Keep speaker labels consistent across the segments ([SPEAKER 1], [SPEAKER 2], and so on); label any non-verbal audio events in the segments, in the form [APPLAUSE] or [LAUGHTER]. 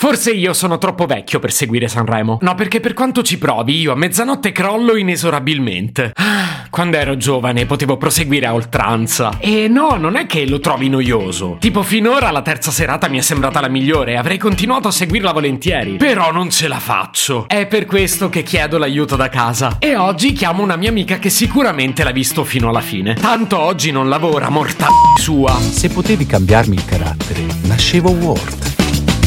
[SPEAKER 1] Forse io sono troppo vecchio per seguire Sanremo. No, perché per quanto ci provi, io a mezzanotte crollo inesorabilmente. Ah, Quando ero giovane potevo proseguire a oltranza. E no, non è che lo trovi noioso. Tipo, finora la terza serata mi è sembrata la migliore e avrei continuato a seguirla volentieri. Però non ce la faccio. È per questo che chiedo l'aiuto da casa. E oggi chiamo una mia amica che sicuramente l'ha visto fino alla fine. Tanto oggi non lavora, morta sua.
[SPEAKER 2] Se potevi cambiarmi il carattere, nascevo Ward.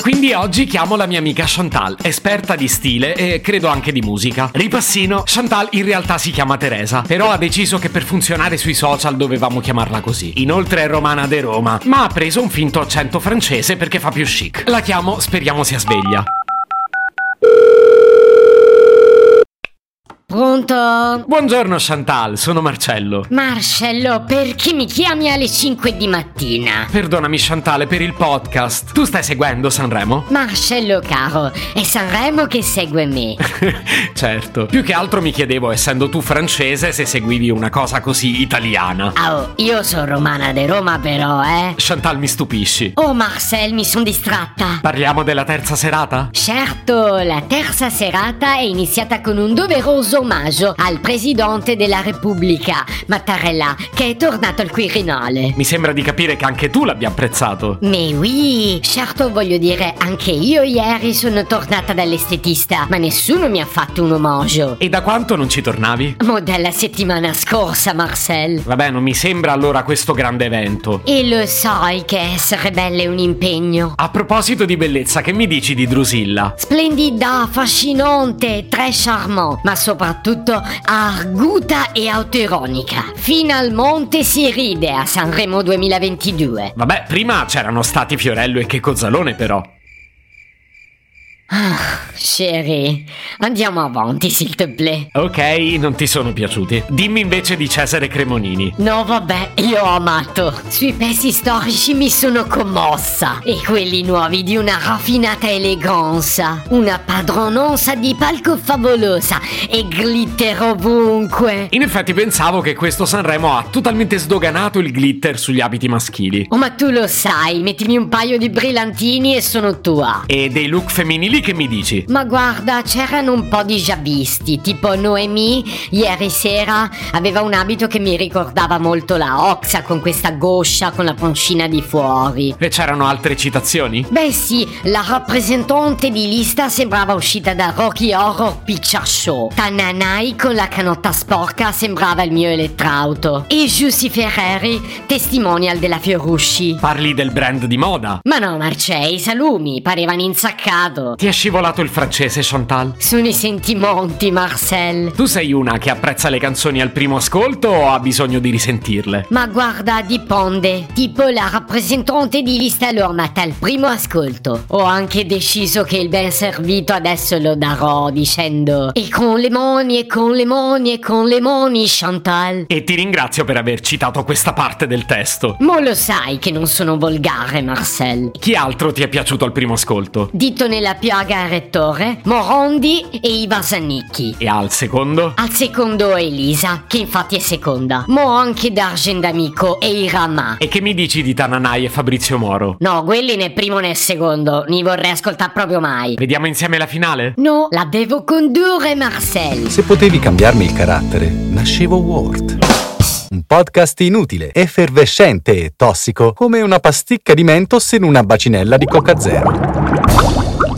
[SPEAKER 1] Quindi oggi chiamo la mia amica Chantal, esperta di stile e credo anche di musica. Ripassino, Chantal in realtà si chiama Teresa, però ha deciso che per funzionare sui social dovevamo chiamarla così. Inoltre è romana de Roma, ma ha preso un finto accento francese perché fa più chic. La chiamo, speriamo sia sveglia.
[SPEAKER 3] Pronto?
[SPEAKER 1] Buongiorno Chantal, sono Marcello.
[SPEAKER 3] Marcello, perché mi chiami alle 5 di mattina?
[SPEAKER 1] Perdonami Chantal per il podcast. Tu stai seguendo Sanremo? [LAUGHS]
[SPEAKER 3] Marcello caro, è Sanremo che segue me.
[SPEAKER 1] certo. Più che altro mi chiedevo, essendo tu francese, se seguivi una cosa così italiana.
[SPEAKER 3] Oh, io sono romana di Roma però, eh.
[SPEAKER 1] Chantal mi stupisci.
[SPEAKER 3] Oh Marcel, mi sono distratta.
[SPEAKER 1] Parliamo della terza serata?
[SPEAKER 3] Certo, la terza serata è iniziata con un doveroso omaggio al Presidente della Repubblica, Mattarella, che è tornato al Quirinale.
[SPEAKER 1] Mi sembra di capire che anche tu l'abbia apprezzato.
[SPEAKER 3] Mais oui, certo voglio dire, anche io ieri sono tornata dall'estetista, ma nessuno mi ha fatto un omaggio.
[SPEAKER 1] E da quanto non ci tornavi?
[SPEAKER 3] Mo dalla settimana scorsa, Marcel.
[SPEAKER 1] Vabbè, non mi sembra allora questo grande evento.
[SPEAKER 3] E lo sai che essere bella è un impegno.
[SPEAKER 1] A proposito di bellezza, che mi dici di Drusilla?
[SPEAKER 3] Splendida, affascinante, très charmant, ma soprattutto arguta e autoironica. Finalmente si ride a Sanremo 2022.
[SPEAKER 1] Vabbè, prima c'erano stati Fiorello e Checo Zalone però.
[SPEAKER 3] Ah, Chérie, andiamo avanti, s'il te plaît.
[SPEAKER 1] Ok, non ti sono piaciuti. Dimmi invece di Cesare Cremonini.
[SPEAKER 3] No, vabbè, io ho amato. Sui pezzi storici mi sono commossa. E quelli nuovi di una raffinata eleganza. Una padronanza di palco favolosa. E glitter ovunque.
[SPEAKER 1] In effetti pensavo che questo Sanremo ha totalmente sdoganato il glitter sugli abiti maschili.
[SPEAKER 3] Oh, ma tu lo sai, mettimi un paio di brillantini e sono tua.
[SPEAKER 1] E dei look femminili che mi dici?
[SPEAKER 3] Ma guarda, c'erano un po' di giabisti, tipo Noemi ieri sera aveva un abito che mi ricordava molto la Oxa con questa goscia con la pancina di fuori.
[SPEAKER 1] E c'erano altre citazioni?
[SPEAKER 3] Beh sì, la rappresentante di lista sembrava uscita da Rocky Horror Picture Show. Tananai con la canotta sporca sembrava il mio elettrauto. E Giussi Ferreri, testimonial della Fiorucci.
[SPEAKER 1] Parli del brand di moda.
[SPEAKER 3] Ma no, Marcei, i salumi parevano insaccato.
[SPEAKER 1] Ti è scivolato il francese, Chantal?
[SPEAKER 3] Sono i sentimenti, Marcel.
[SPEAKER 1] Tu sei una che apprezza le canzoni al primo ascolto o ha bisogno di risentirle?
[SPEAKER 3] Ma guarda, dipende. Tipo la rappresentante di lista l'ho amata al primo ascolto. Ho anche deciso che il ben servito adesso lo darò dicendo E con le moni, e con le moni, e con le moni, Chantal.
[SPEAKER 1] E ti ringrazio per aver citato questa parte del testo.
[SPEAKER 3] Mo lo sai che non sono volgare, Marcel.
[SPEAKER 1] Chi altro ti è piaciuto al primo ascolto?
[SPEAKER 3] Dito nella piaga al rettore, Morondi e i Vasanicchi.
[SPEAKER 1] E al secondo?
[SPEAKER 3] Al secondo Elisa, che infatti è seconda. Mo anche Dargen d'Amico e i Ramà.
[SPEAKER 1] E che mi dici di Tananai e Fabrizio Moro?
[SPEAKER 3] No, quelli né primo né secondo, ni vorrei ascoltare proprio mai.
[SPEAKER 1] Vediamo insieme la finale?
[SPEAKER 3] No, la devo condurre, Marcel.
[SPEAKER 2] Se potevi cambiarmi il carattere, nascevo Ward. Un podcast inutile, effervescente e tossico, come una pasticca di mentos in una bacinella di Coca Zero.